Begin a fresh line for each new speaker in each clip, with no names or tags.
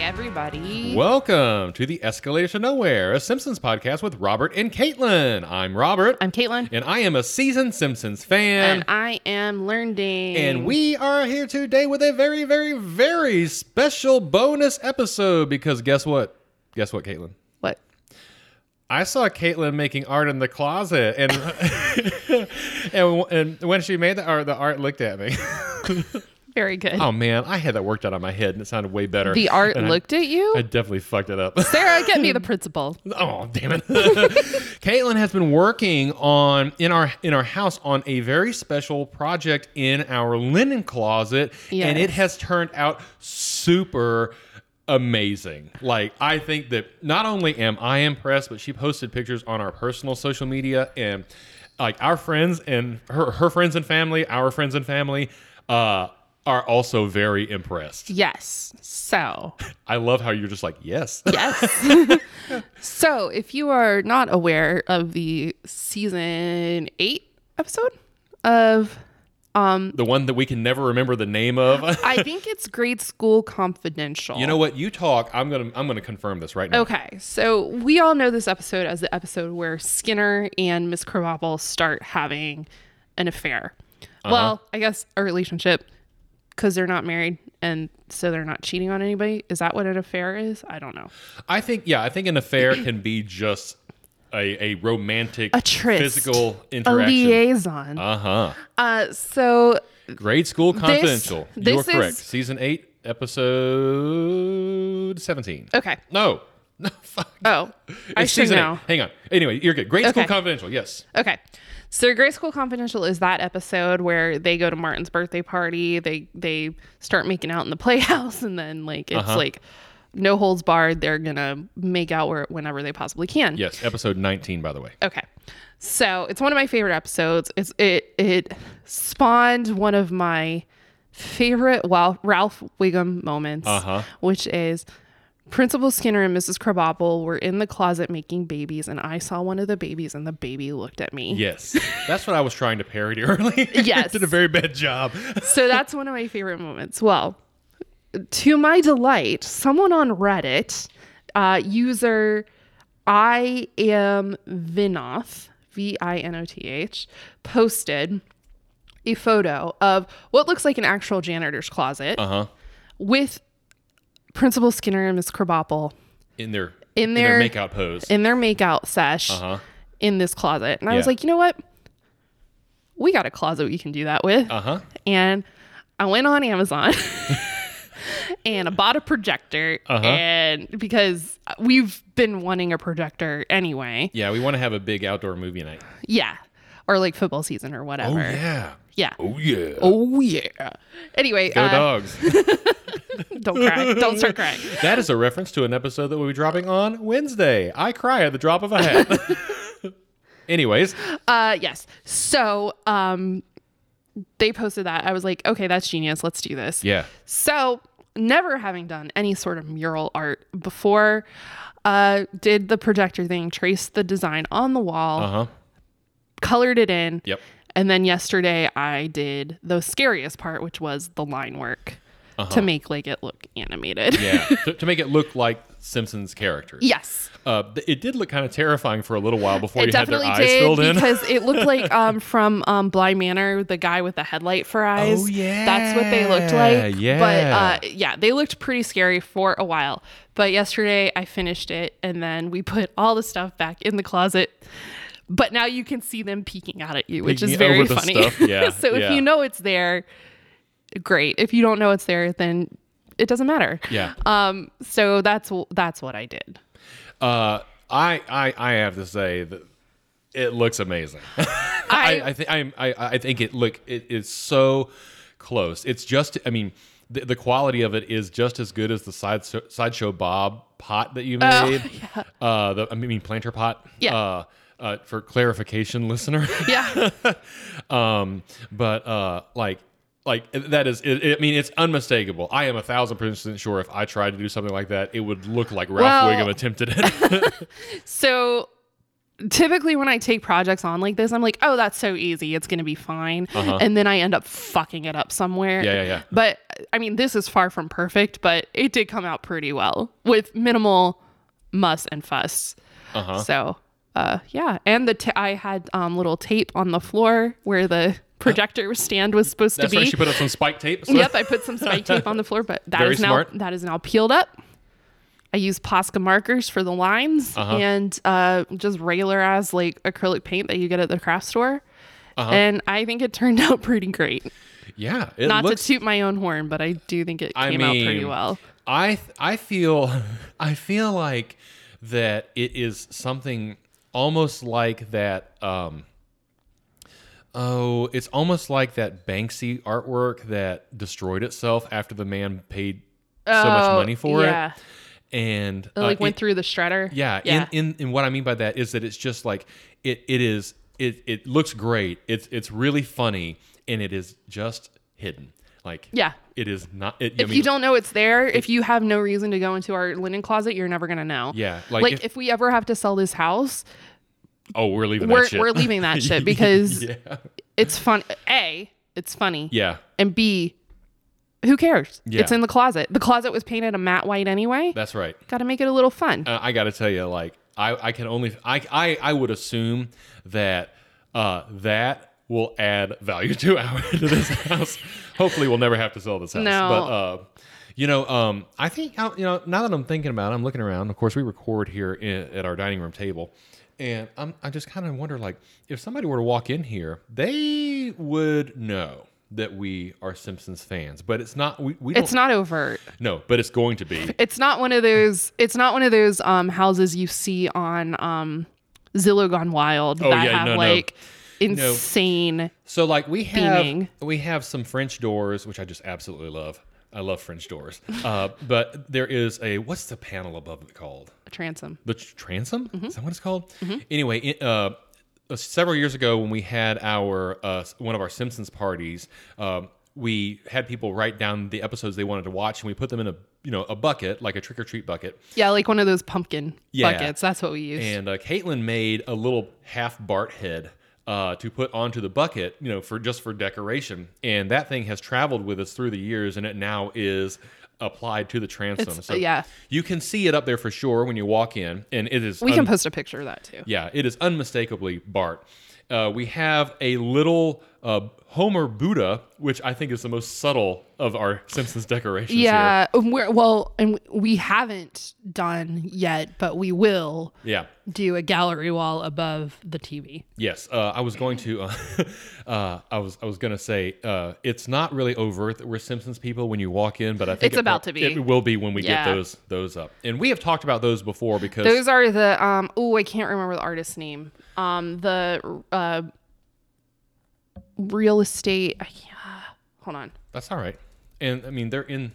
everybody.
Uh, Welcome to the Escalation Nowhere, a Simpsons podcast with Robert and Caitlin. I'm Robert,
I'm Caitlin,
and I am a seasoned Simpsons fan.
and I am learning.
And we are here today with a very, very, very special bonus episode because guess what? Guess what, Caitlin?
what?
I saw Caitlin making art in the closet, and and, and when she made the art, the art looked at me.
Very good.
Oh man, I had that worked out on my head, and it sounded way better.
the art
And I-
looked at you.
I definitely fucked it up.
Sarah, get me the principal.
Oh damn it! Caitlin has been working on in our in our house on a very special project in our linen closet, and it
Yes.
has turned out super amazing. Like I think that not only am I impressed, but she posted pictures on our personal social media and like our friends and her her friends and family, our friends and family, uh, are also very impressed.
Yes. So,
I love how you're just like yes.
yes. so, if you are not aware of the season eight episode of, um,
The one that we can never remember the name of.
I think it's Grade School Confidential.
You know what? You talk. I'm gonna I'm gonna confirm this right now.
Okay, so we all know this episode as the episode where Skinner and Miss Krabappel start having an affair. Well, I guess a relationship because they're not married and so they're not cheating on anybody. Is that what an affair is? I don't know.
I think yeah. I think an affair can be just a, a romantic,
A tryst.
physical
A
interaction.
liaison.
Uh huh.
Uh, so
Grade school confidential. You're
this
correct.
is-
Season eight, episode seventeen.
okay.
No, no fuck.
Oh, I
It's
should
season eight.
know.
Hang on. Anyway, you're good. Grade school
Okay.
confidential. Yes.
Okay. So Grade School Confidential is that episode where they go to Martin's birthday party, they they start making out in the playhouse and then like it's like no holds barred, they're going to make out where, whenever they possibly can.
Yes. Episode nineteen, by the way.
Okay. So, it's one of my favorite episodes. It's it it spawned one of my favorite Wa- Ralph Wiggum moments,
Uh-huh.
which is Principal Skinner and Mrs. Krabappel were in the closet making babies, and I saw one of the babies, and the baby looked at me.
Yes. That's what I was trying to parody earlier.
Yes.
Did a very bad job.
So that's one of my favorite moments. Well, to my delight, someone on Reddit, uh, user I am Vinoth, V I N O T H, posted a photo of what looks like an actual janitor's closet
Uh huh.
with Principal Skinner and Miss Krabappel
In their
In
their,
their-
makeout pose.
in their makeout sesh
Uh-huh.
in this closet. And I was
Yeah.
like, you know what? We got a closet we can do that with
Uh huh.
and I went on Amazon and I bought a projector
Uh-huh.
and because we've been wanting a projector anyway.
Yeah, we want to have a big outdoor movie night.
Yeah. Or like football season or whatever.
Oh, yeah.
Yeah.
Oh yeah.
Oh yeah. Anyway,
Go
uh,
dogs.
don't cry. Don't start crying.
that is a reference to an episode that we'll be dropping on Wednesday. I cry at the drop of a hat. Anyways,
Uh yes. So, um they posted that. I was like, okay, that's genius. Let's do this.
yeah.
So, never having done any sort of mural art before, uh, did the projector thing, traced the design on the wall,
Uh huh.
colored it in,
Yep.
and then yesterday I did the scariest part, which was the line work to make like it look animated.
Uh-huh. Yeah. to, to make it look like Simpsons characters.
yes,
Uh, th- it did look kind of terrifying for a little while before
it
you had their
definitely
eyes
did
filled in.
because it looked like um, from um, Blind Manor, the guy with the headlight for eyes. that's what they looked like.
Oh, yeah.
but uh, yeah, they looked pretty scary for a while. But yesterday I finished it, and then we put all the stuff back in the closet. But now you can see them peeking out at you, which is
Peeking
very
over the
funny.
stuff, yeah,
so
yeah.
if you know it's there, great. If you don't know it's there, then it doesn't matter.
yeah.
Um. So that's w- that's what I did.
Uh, I, I I have to say that it looks amazing. I, I think I'm, I, I think it look it is so close. It's just I mean the, the quality of it is just as good as the side sideshow Bob pot that you made. Uh, the I mean planter pot.
Oh, Yeah.
Uh, uh, for clarification, listener.
Yeah.
um, but uh, like. Like that is, it, it- I mean, it's unmistakable. I am a thousand percent sure if I tried to do something like that, it would look like Ralph
Well-
Wiggum attempted it.
So typically when I take projects on like this, I'm like, oh, that's so easy. It's going to be fine. And then I end up fucking it up somewhere.
Uh-huh. Yeah, yeah, yeah.
But I mean, this is far from perfect, but it did come out pretty well with minimal muss and fuss. Uh-huh. So, uh, yeah. And the ta- I had um, little tape on the floor where the projector stand was supposed
That's
to be.
right. She put up some spike tape. So-
yep, I put some spike tape on the floor, but that is
Very
now
smart.
that is now peeled up. I use Posca markers for the lines
Uh-huh.
and uh, just regular as like acrylic paint that you get at the craft store.
Uh-huh.
And I think it turned out pretty great.
yeah. It
Not
looks
to toot my own horn, but I do think it came
I
out
mean,
pretty well.
I th- I feel I feel like that it is something almost like that. Um, oh, it's almost like that Banksy artwork that destroyed itself after the man paid so much
Oh,
money for
yeah.
it, and
It
uh,
like went
it-
through the shredder.
yeah,
yeah.
In, in in what I mean by that is that it's just like it it is it it looks great. It's it's really funny and it is just hidden. Like
Yeah.
it is not. It, I
if
mean,
you don't know it's there, if you have no reason to go into our linen closet, you're never gonna know.
Yeah,
Like,
like
if,
if-
we ever have to sell this house,
oh, we're leaving
we're
that shit.
we're leaving that shit because
yeah.
it's fun. A, it's funny.
Yeah.
and B, who cares?
Yeah.
It's in the closet. The closet was painted a matte white anyway.
That's right.
Got to make it a little fun.
Uh, I got to tell you, like, I, I can only, I, I, I would assume that uh, that will add value to our to this house. Hopefully, we'll never have to sell this house.
No.
But, uh, you know, um, I think, uh, you know, now that I'm thinking about it, I'm looking around. Of course, we record here in, at our dining room table. And I'm, I just kind of wonder, like, if somebody were to walk in here, they would know that we are Simpsons fans. But it's not, we, we don't,
it's not overt.
no, but it's going to be.
It's not one of those. It's not one of those um, houses you see on um, Zillow Gone Wild that
Oh, yeah,
have
no, no.
like insane.
So like we have
Theming.
we have some French doors, which I just absolutely love. I love French doors. Uh, but there is a what's the panel above it called?
Transom.
The tr- transom? Is that what it's called? Anyway, it, uh, uh, several years ago when we had our uh, s- one of our Simpsons parties, um, we had people write down the episodes they wanted to watch, and we put them in a you know a bucket like a trick or treat bucket,
Yeah, like one of those pumpkin
Yeah.
buckets. That's what we use.
and uh, Caitlin made a little half Bart head uh, to put onto the bucket, you know, for just for decoration. And that thing has traveled with us through the years, and it now is applied to the transom.
It's- uh, yeah.
you can see it up there for sure when you walk in, and it is
we can
un-
post a picture of that too.
yeah, it is unmistakably Bart. Uh, we have a little uh, Homer Buddha, which I think is the most subtle of our Simpsons decorations. here.
Yeah, and we're, well, and we haven't done yet, but we will
yeah.
do a gallery wall above the TV.
Yes, uh, I was going to. Uh, uh, I was. I was going to say uh, it's not really overt that we're Simpsons people when you walk in, but I think
It's
it
about
will-
to be.
It will be when we
Yeah.
get those those up, and we have talked about those before because
Those are the um. Oh, I can't remember the artist's name. Um, the uh, real estate. I can't, uh, hold on.
that's all right. And I mean, they're in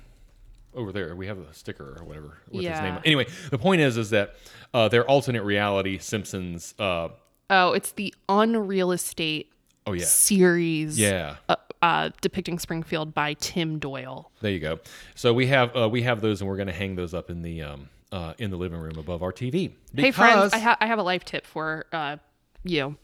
over there. We have a sticker or whatever with his
Yeah.
name. Anyway, the point is, is that uh, they're alternate reality Simpsons. Uh,
Oh, it's the unreal estate
oh yeah,
series.
yeah.
Uh, uh, depicting Springfield by Tim Doyle.
There you go. So we have uh, we have those, and we're going to hang those up in the um, uh, in the living room above our TV.
Hey friends,
Because-
I, ha- I have a life tip for uh, you.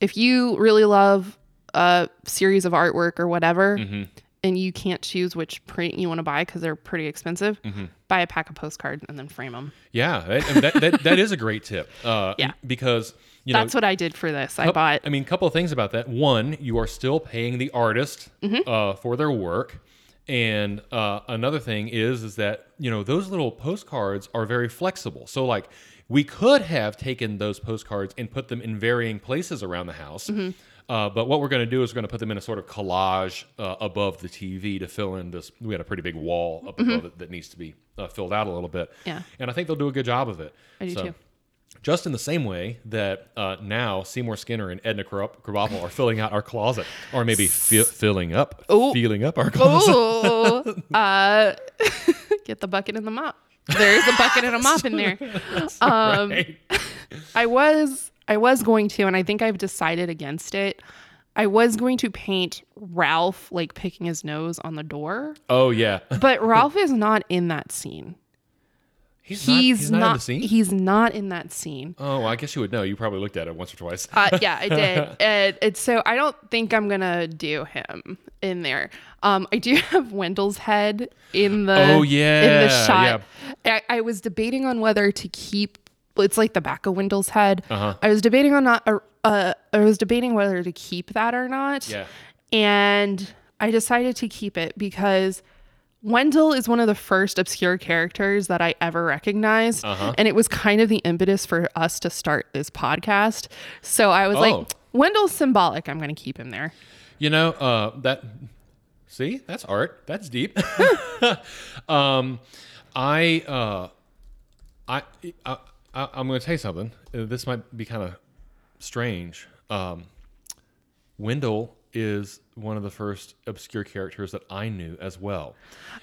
If you really love a series of artwork or whatever,
Mm-hmm.
and you can't choose which print you want to buy because they're pretty expensive,
Mm-hmm.
buy a pack of postcards and then frame them.
Yeah, that, and that, that, that is a great tip. Uh,
Yeah.
Because, you know, Oh.
That's what I did for this. I bought
I mean, a couple of things about that. One, you are still paying the artist
Mm-hmm.
uh, for their work. And uh, another thing is, is that, you know, those little postcards are very flexible. So, like, we could have taken those postcards and put them in varying places around the house.
Mm-hmm.
Uh, but what we're going to do is we're going to put them in a sort of collage uh, above the TV to fill in this. We had a pretty big wall up above it that needs to be uh, filled out a little bit.
Mm-hmm. Yeah.
And I think they'll do a good job of it.
I do too.
Just in the same way that uh, now Seymour Skinner and Edna Krabappel Krabappel are filling out our closet, or maybe fi- filling up,
Oh.
feeling up our closet.
Ooh, uh, get the bucket and the mop. There is a bucket and a mop in there. Um,
right?
I was I was going to, and I think I've decided against it. I was going to paint Ralph like picking his nose on the door,
Oh yeah,
but Ralph is not in that scene.
He's, not,
He's,
he's
not,
not, in the scene.
He's not in that scene.
oh, well, I guess you would know. You probably looked at it once or twice.
Uh, yeah, I did. And, and so I don't think I'm gonna do him in there. Um, I do have Wendell's head in the
Oh,
in the
yeah,
shot. I, I was debating on whether to keep. It's like the back of Wendell's head.
Uh-huh.
I was debating on not. Uh, uh, I was debating whether to keep that or not.
Yeah.
And I decided to keep it because Wendell is one of the first obscure characters that I ever recognized.
Uh-huh.
And it was kind of the impetus for us to start this podcast. So I was
Oh.
like, Wendell's symbolic. I'm going to keep him there.
You know, uh, that. See, that's art. That's deep. um, I, uh, I, I, I, I'm going to tell you something. Uh, This might be kind of strange. Um, Wendell is one of the first obscure characters that I knew as well.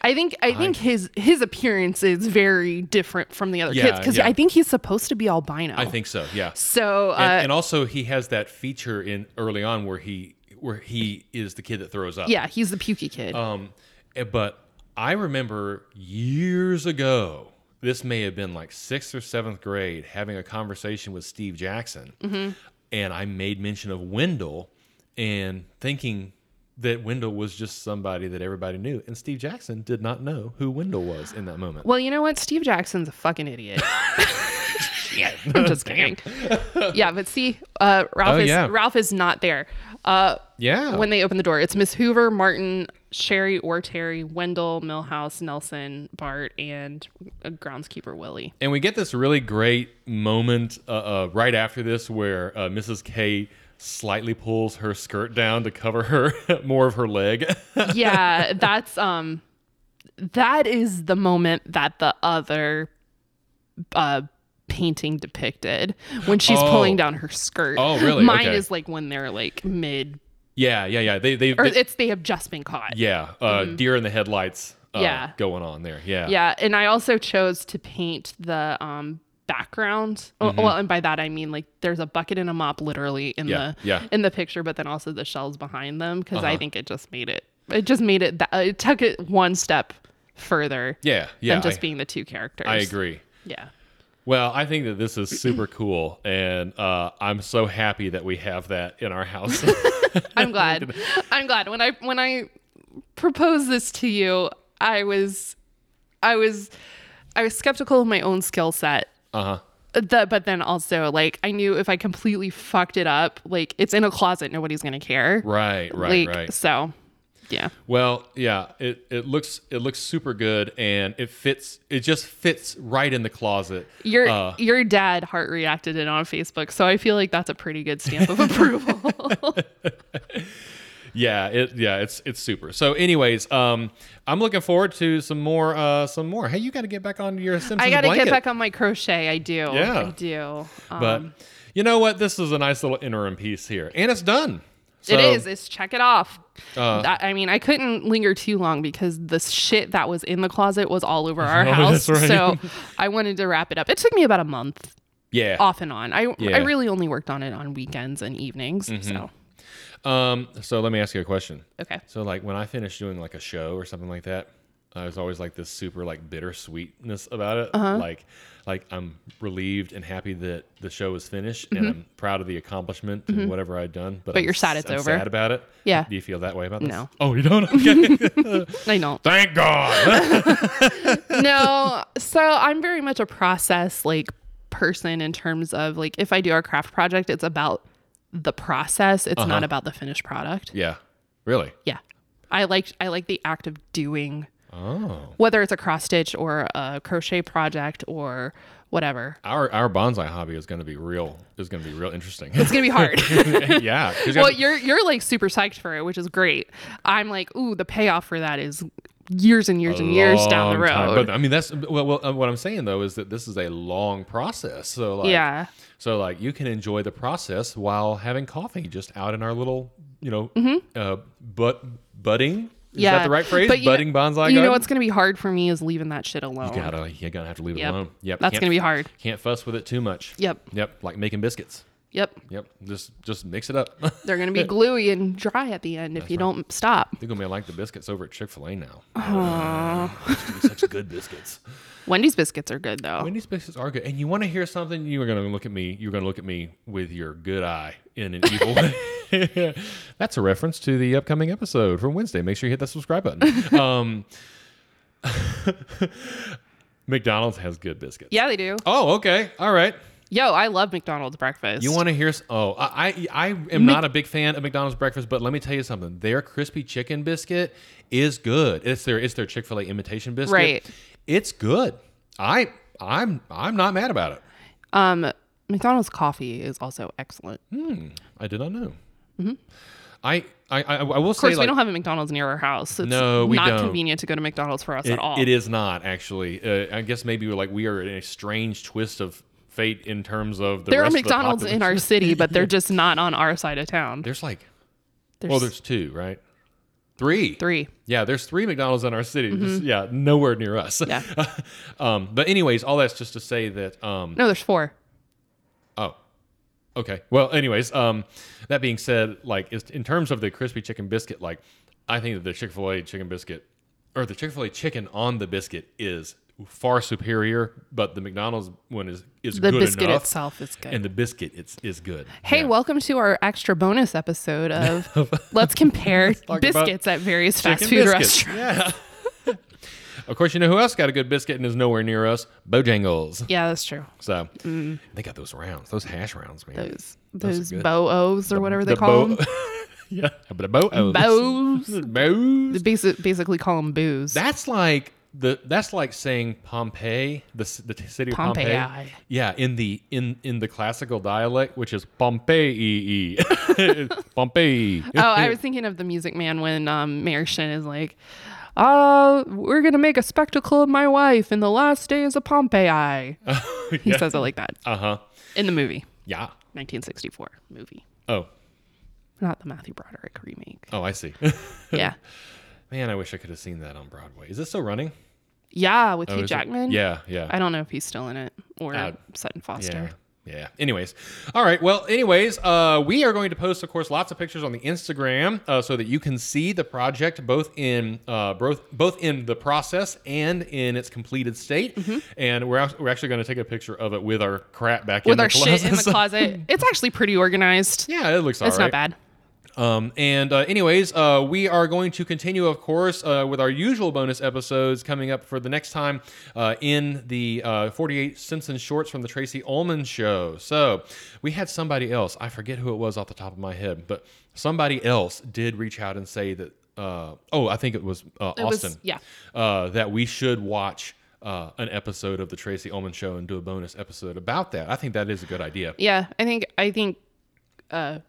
I think I think his his appearance is very different from the other
Yeah,
kids because
yeah.
I think he's supposed to be albino.
I think so. Yeah.
so. Uh,
and, and also, he has that feature in early on where he where he is the kid that throws up.
yeah, he's the pukey kid.
Um, eh, but I remember years ago, this may have been like sixth or seventh grade, having a conversation with Steve Jackson,
Mm-hmm.
and I made mention of Wendell, and thinking that Wendell was just somebody that everybody knew, and Steve Jackson did not know who Wendell was in that moment.
well, you know what? Steve Jackson's a fucking idiot. I'm just kidding. yeah, but see, uh, Ralph
Oh,
is
yeah. Oh.
Ralph is not there. Uh,
Yeah.
when they open the door. It's Miss Hoover, Martin, Sherry or Terry, Wendell, Millhouse, Nelson, Bart, and uh, groundskeeper Willie.
And we get this really great moment uh, uh, right after this where uh, Mrs. K slightly pulls her skirt down to cover her more of her leg.
Yeah, that's um, that is the moment that the other uh painting depicted when she's
Oh.
pulling down her skirt.
Oh, really?
Mine
Okay.
is like when they're like mid,
yeah, yeah, yeah. They, they,
or
they-
it's they have just been caught.
yeah, uh, deer in the headlights. Uh,
Mm-hmm. Yeah.
going on there. Yeah,
Yeah, and I also chose to paint the um background. Oh,
Mm-hmm.
Well, and by that I mean like there's a bucket and a mop literally in
Yeah,
the
yeah. Uh-huh.
in the picture, but then also the shells behind them because I think it just made it it just made it that it took it one step further
yeah, yeah.
than just
I,
being the two characters.
I agree.
Yeah.
Well, I think that this is super cool, and uh, I'm so happy that we have that in our house.
I'm glad. I'm glad when I when I proposed this to you, I was I was I was skeptical of my own skill set
uh huh.
the, but then also like I knew if I completely fucked it up, like it's in a closet, nobody's gonna care.
Right, right,
like
right.
so, yeah,
Well, yeah, it, it looks it looks super good, and it fits. It just fits right in the closet.
your
Uh,
your dad heart reacted it on Facebook, so I feel like that's a pretty good stamp of approval.
yeah, it yeah, it's it's super. So, anyways, um, I'm looking forward to some more uh some more. Hey, you got to get back on your Simpsons
I gotta
blanket.
get back on my crochet. I do.
Yeah.
I do. Um,
But you know what? This is a nice little interim piece here, and it's done. So, Uh.
it is. It's check it off. That- I mean, I couldn't linger too long because the shit that was in the closet was all over our
Oh,
house.
that's right.
So I wanted to wrap it up. It took me about a month.
Yeah.
off and on. I
Yeah.
I really only worked on it on weekends and evenings. So
Um. So let me ask you a question.
okay.
So like when I finished doing like a show or something like that, I was always like this super like bittersweetness about it.
Uh-huh.
Like, like I'm relieved and happy that the show is finished, and I'm proud of the accomplishment and whatever I'd done. But, I'm
Mm-hmm. you're sad it's
I'm
over.
Sad about it.
Yeah.
Do you feel that way about this?
No.
Oh, you don't. Okay.
I know.
Thank God.
no, so I'm very much a process like person in terms of like if I do a craft project, it's about the process. It's not about the finished product. Yeah.
yeah. Really.
I like I like the act of doing
Oh.
whether it's a cross stitch or a crochet project or whatever.
Our our bonsai hobby is going to be real. Is going to be real interesting.
It's gonna be hard.
yeah. 'cause you
well,
have-
you're you're like super psyched for it, which is great. I'm like, ooh, the payoff for that is years and years and years down the
long time.
road.
But I mean, that's well, well. uh, What I'm saying though is that this is a long process. So like,
Yeah.
So like, you can enjoy the process while having coffee, just out in our little, you know, uh, but budding. Is
Mm-hmm. yeah.
that the right phrase?
you-
budding bonsai.
You
garden?
know what's going to be hard for me is leaving that shit alone.
You gotta, you're gonna have to leave
Yep.
it alone. Yep.
That's
can't-
gonna be hard.
Can't fuss with it too much.
Yep.
Yep. Like making biscuits.
Yep.
Yep. Just just mix it up.
They're going to be gluey and dry at the end if you don't stop.
think I'm gonna like the biscuits over at Chick Fil A now. Used to be such good biscuits.
Wendy's biscuits are good though.
Wendy's biscuits are good. And you want to hear something? You were gonna look at me. You were gonna look at me with your good eye in an evil way. That's a reference to the upcoming episode from Wednesday. Make sure you hit that subscribe button. Um, McDonald's has good biscuits.
Yeah, they do.
Oh, okay. All right.
Yo, I love McDonald's breakfast.
You want to hear? s- Oh, I I, I am not a big fan of McDonald's breakfast, but let me tell you something. Their crispy chicken biscuit is good. It's their it's their Chick fil A imitation biscuit.
Right.
It's good. I I'm I'm not mad about it.
um McDonald's coffee is also excellent. Of
I did not know. I, I I I will say
Mm-hmm. course, we
like
don't have a McDonald's near our house. It's
No, we
not
don't.
convenient to go to McDonald's for us
it,
at all.
it is not actually. Uh, I guess maybe we're like we are in a strange twist of fate in terms of the
there are
rest
McDonald's
of the
in our
population.
city, but they're just not on our side of town.
There's like
There's
well, there's two right. Three.
three. Mm-hmm.
Yeah, there's three McDonald's in our city. Just, yeah, nowhere near us.
Yeah.
um, but anyways, all that's just to say that. Um,
No, there's four.
oh, okay. Well, anyways, um, that being said, like is, in terms of the crispy chicken biscuit, like I think that the Chick Fil A chicken biscuit or the Chick Fil A chicken on the biscuit is far superior, but the McDonald's one is is
The
good
biscuit
enough,
itself is good.
and the biscuit it's is good.
Hey, welcome to our extra bonus episode of Let's Compare
talk about
Biscuits at various fast
Chicken
food
biscuits.
restaurants.
Yeah. of course, you know who else got a good biscuit and is nowhere near us? Bojangles.
Yeah, that's true.
So they got those rounds, those hash rounds, man.
Mm. Those those
good.
bo-os or whatever they
The
call
bo-
them.
yeah, but the bo-
Bows.
bows.
Basi- basically call them booze.
That's like the that's like saying Pompeii, the c- the t- city of Pompeii.
Pompeii.
Yeah, in the in in the classical dialect, which is Pompeii, Pompeii.
oh, I was thinking of the Music Man when um, Mayor Shin is like, "Oh, we're gonna make a spectacle of my wife in the last days of Pompeii."
Oh,
He says it like that
Uh huh.
in the movie,
Yeah.
1964 movie,
Oh.
not the Matthew Broderick remake.
Oh, I see.
yeah,
Man, I wish I could have seen that on Broadway. Is it still running?
yeah, with
Oh,
Hugh
is it-
Jackman.
Yeah, yeah.
I don't know if he's still in it or
Uh,
Sutton
Yeah.
Foster.
Yeah. Anyways, all right. Well, anyways, uh, we are going to post, of course, lots of pictures on the Instagram uh, so that you can see the project both in uh, both both in the process and in its completed state.
Mm-hmm.
And we're act- we're actually going to take a picture of it with our crap back in
With
the
our
closet.
shit in the
So-
closet, it's actually pretty organized.
yeah, it looks all
it's
right.
not bad.
Um, and uh, anyways, uh, we are going to continue, of course, uh, with our usual bonus episodes coming up for the next time uh, in the uh, 48 Simpson shorts from the Tracy Ullman show. So we had somebody else. I forget who it was off the top of my head, but somebody else did reach out and say that. Uh, oh, I think it was uh,
was-
Austin.
yeah.
Uh, that we should watch. Uh, an episode of the Tracy Ullman show and do a bonus episode about that. I think that is a good idea.
Yeah, I think I think, uh,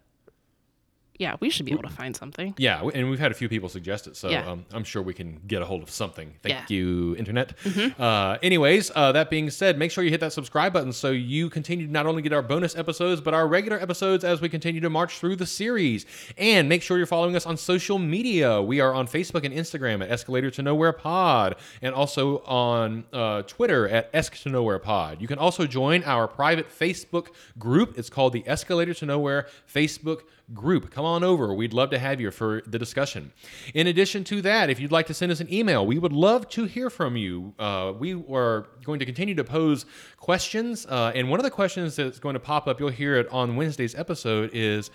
yeah, we should be able to find something.
Yeah, w- and we've had a few people suggest it, so
Yeah.
um, I'm sure we can get a hold of something. Thank
Yeah. Mm-hmm.
you, internet. Uh, anyways, uh, that being said, make sure you hit that subscribe button so you continue to not only get our bonus episodes but our regular episodes as we continue to march through the series. And make sure you're following us on social media. We are on Facebook and Instagram at Escalator to Nowhere Pod, and also on uh, Twitter at Esc to Nowhere Pod. You can also join our private Facebook group. It's called the Escalator to Nowhere Facebook group. Come on over. We'd love to have you for the discussion. In addition to that, if you'd like to send us an email, we would love to hear from you. Uh, we are going to continue to pose questions. Uh, and one of the questions that's going to pop up, you'll hear it on Wednesday's episode, is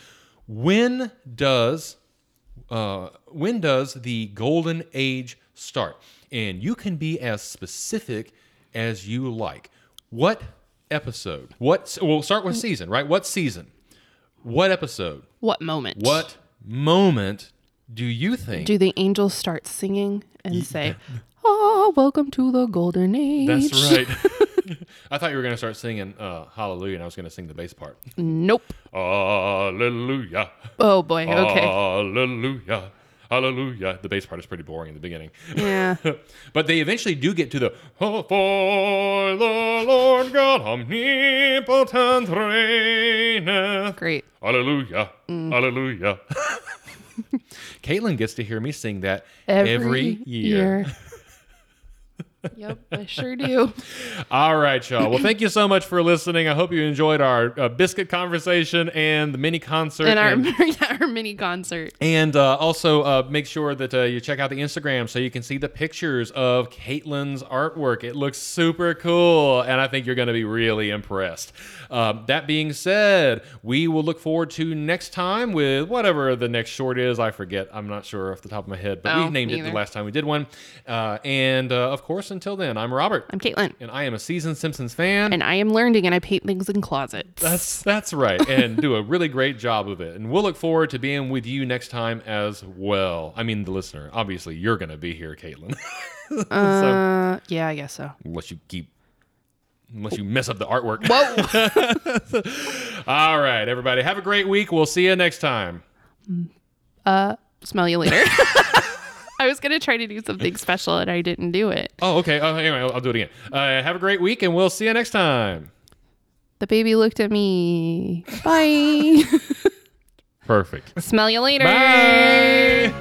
when does uh, when does the golden age start? And you can be as specific as you like. What episode? What? We'll start with season, right? What season? What episode?
What moment?
What moment do you think?
Do the angels start singing and say, "Oh, welcome to the golden age"?
That's right. I thought you were going to start singing uh, Hallelujah, and I was going to sing the bass part.
Nope.
Hallelujah.
Oh boy. Okay.
Hallelujah. Hallelujah. The bass part is pretty boring in the beginning.
yeah.
but they eventually do get to the "Oh, for the Lord God omnipotent reigneth."
Great.
Hallelujah.
Mm.
Hallelujah. Caitlin gets to hear me sing that every, year.
Yep, I sure do.
All right, y'all. Well, thank you so much for listening. I hope you enjoyed our uh, biscuit conversation and the mini concert.
And our, yeah, our mini concert.
And uh, also uh, make sure that uh, you check out the Instagram so you can see the pictures of Caitlin's artwork. It looks super cool, and I think you're going to be really impressed. Um, that being said, we will look forward to next time with whatever the next short is. I forget. I'm not sure off the top of my head, but
Oh,
we named
me
it the
either.
last time we did one. Uh, and uh, of course, until then, I'm Robert,
I'm Caitlin,
and I am a seasoned Simpsons fan.
and I am learning, and I paint things in closets.
That's that's right, and do a really great job of it. And we'll look forward to being with you next time as well. I mean, the listener. Obviously, you're going to be here, Caitlin,
uh, yeah, I guess so.
unless you keep, unless you mess up the artwork.
Whoa.
All right, everybody, have a great week. We'll see you next time.
uh, smell you later. I was gonna try to do something special, and I didn't do it.
Oh, okay. Oh, anyway, I'll, I'll do it again. Uh, have a great week, and we'll see you next time.
The baby looked at me. Bye.
Perfect.
smell you later.
Bye.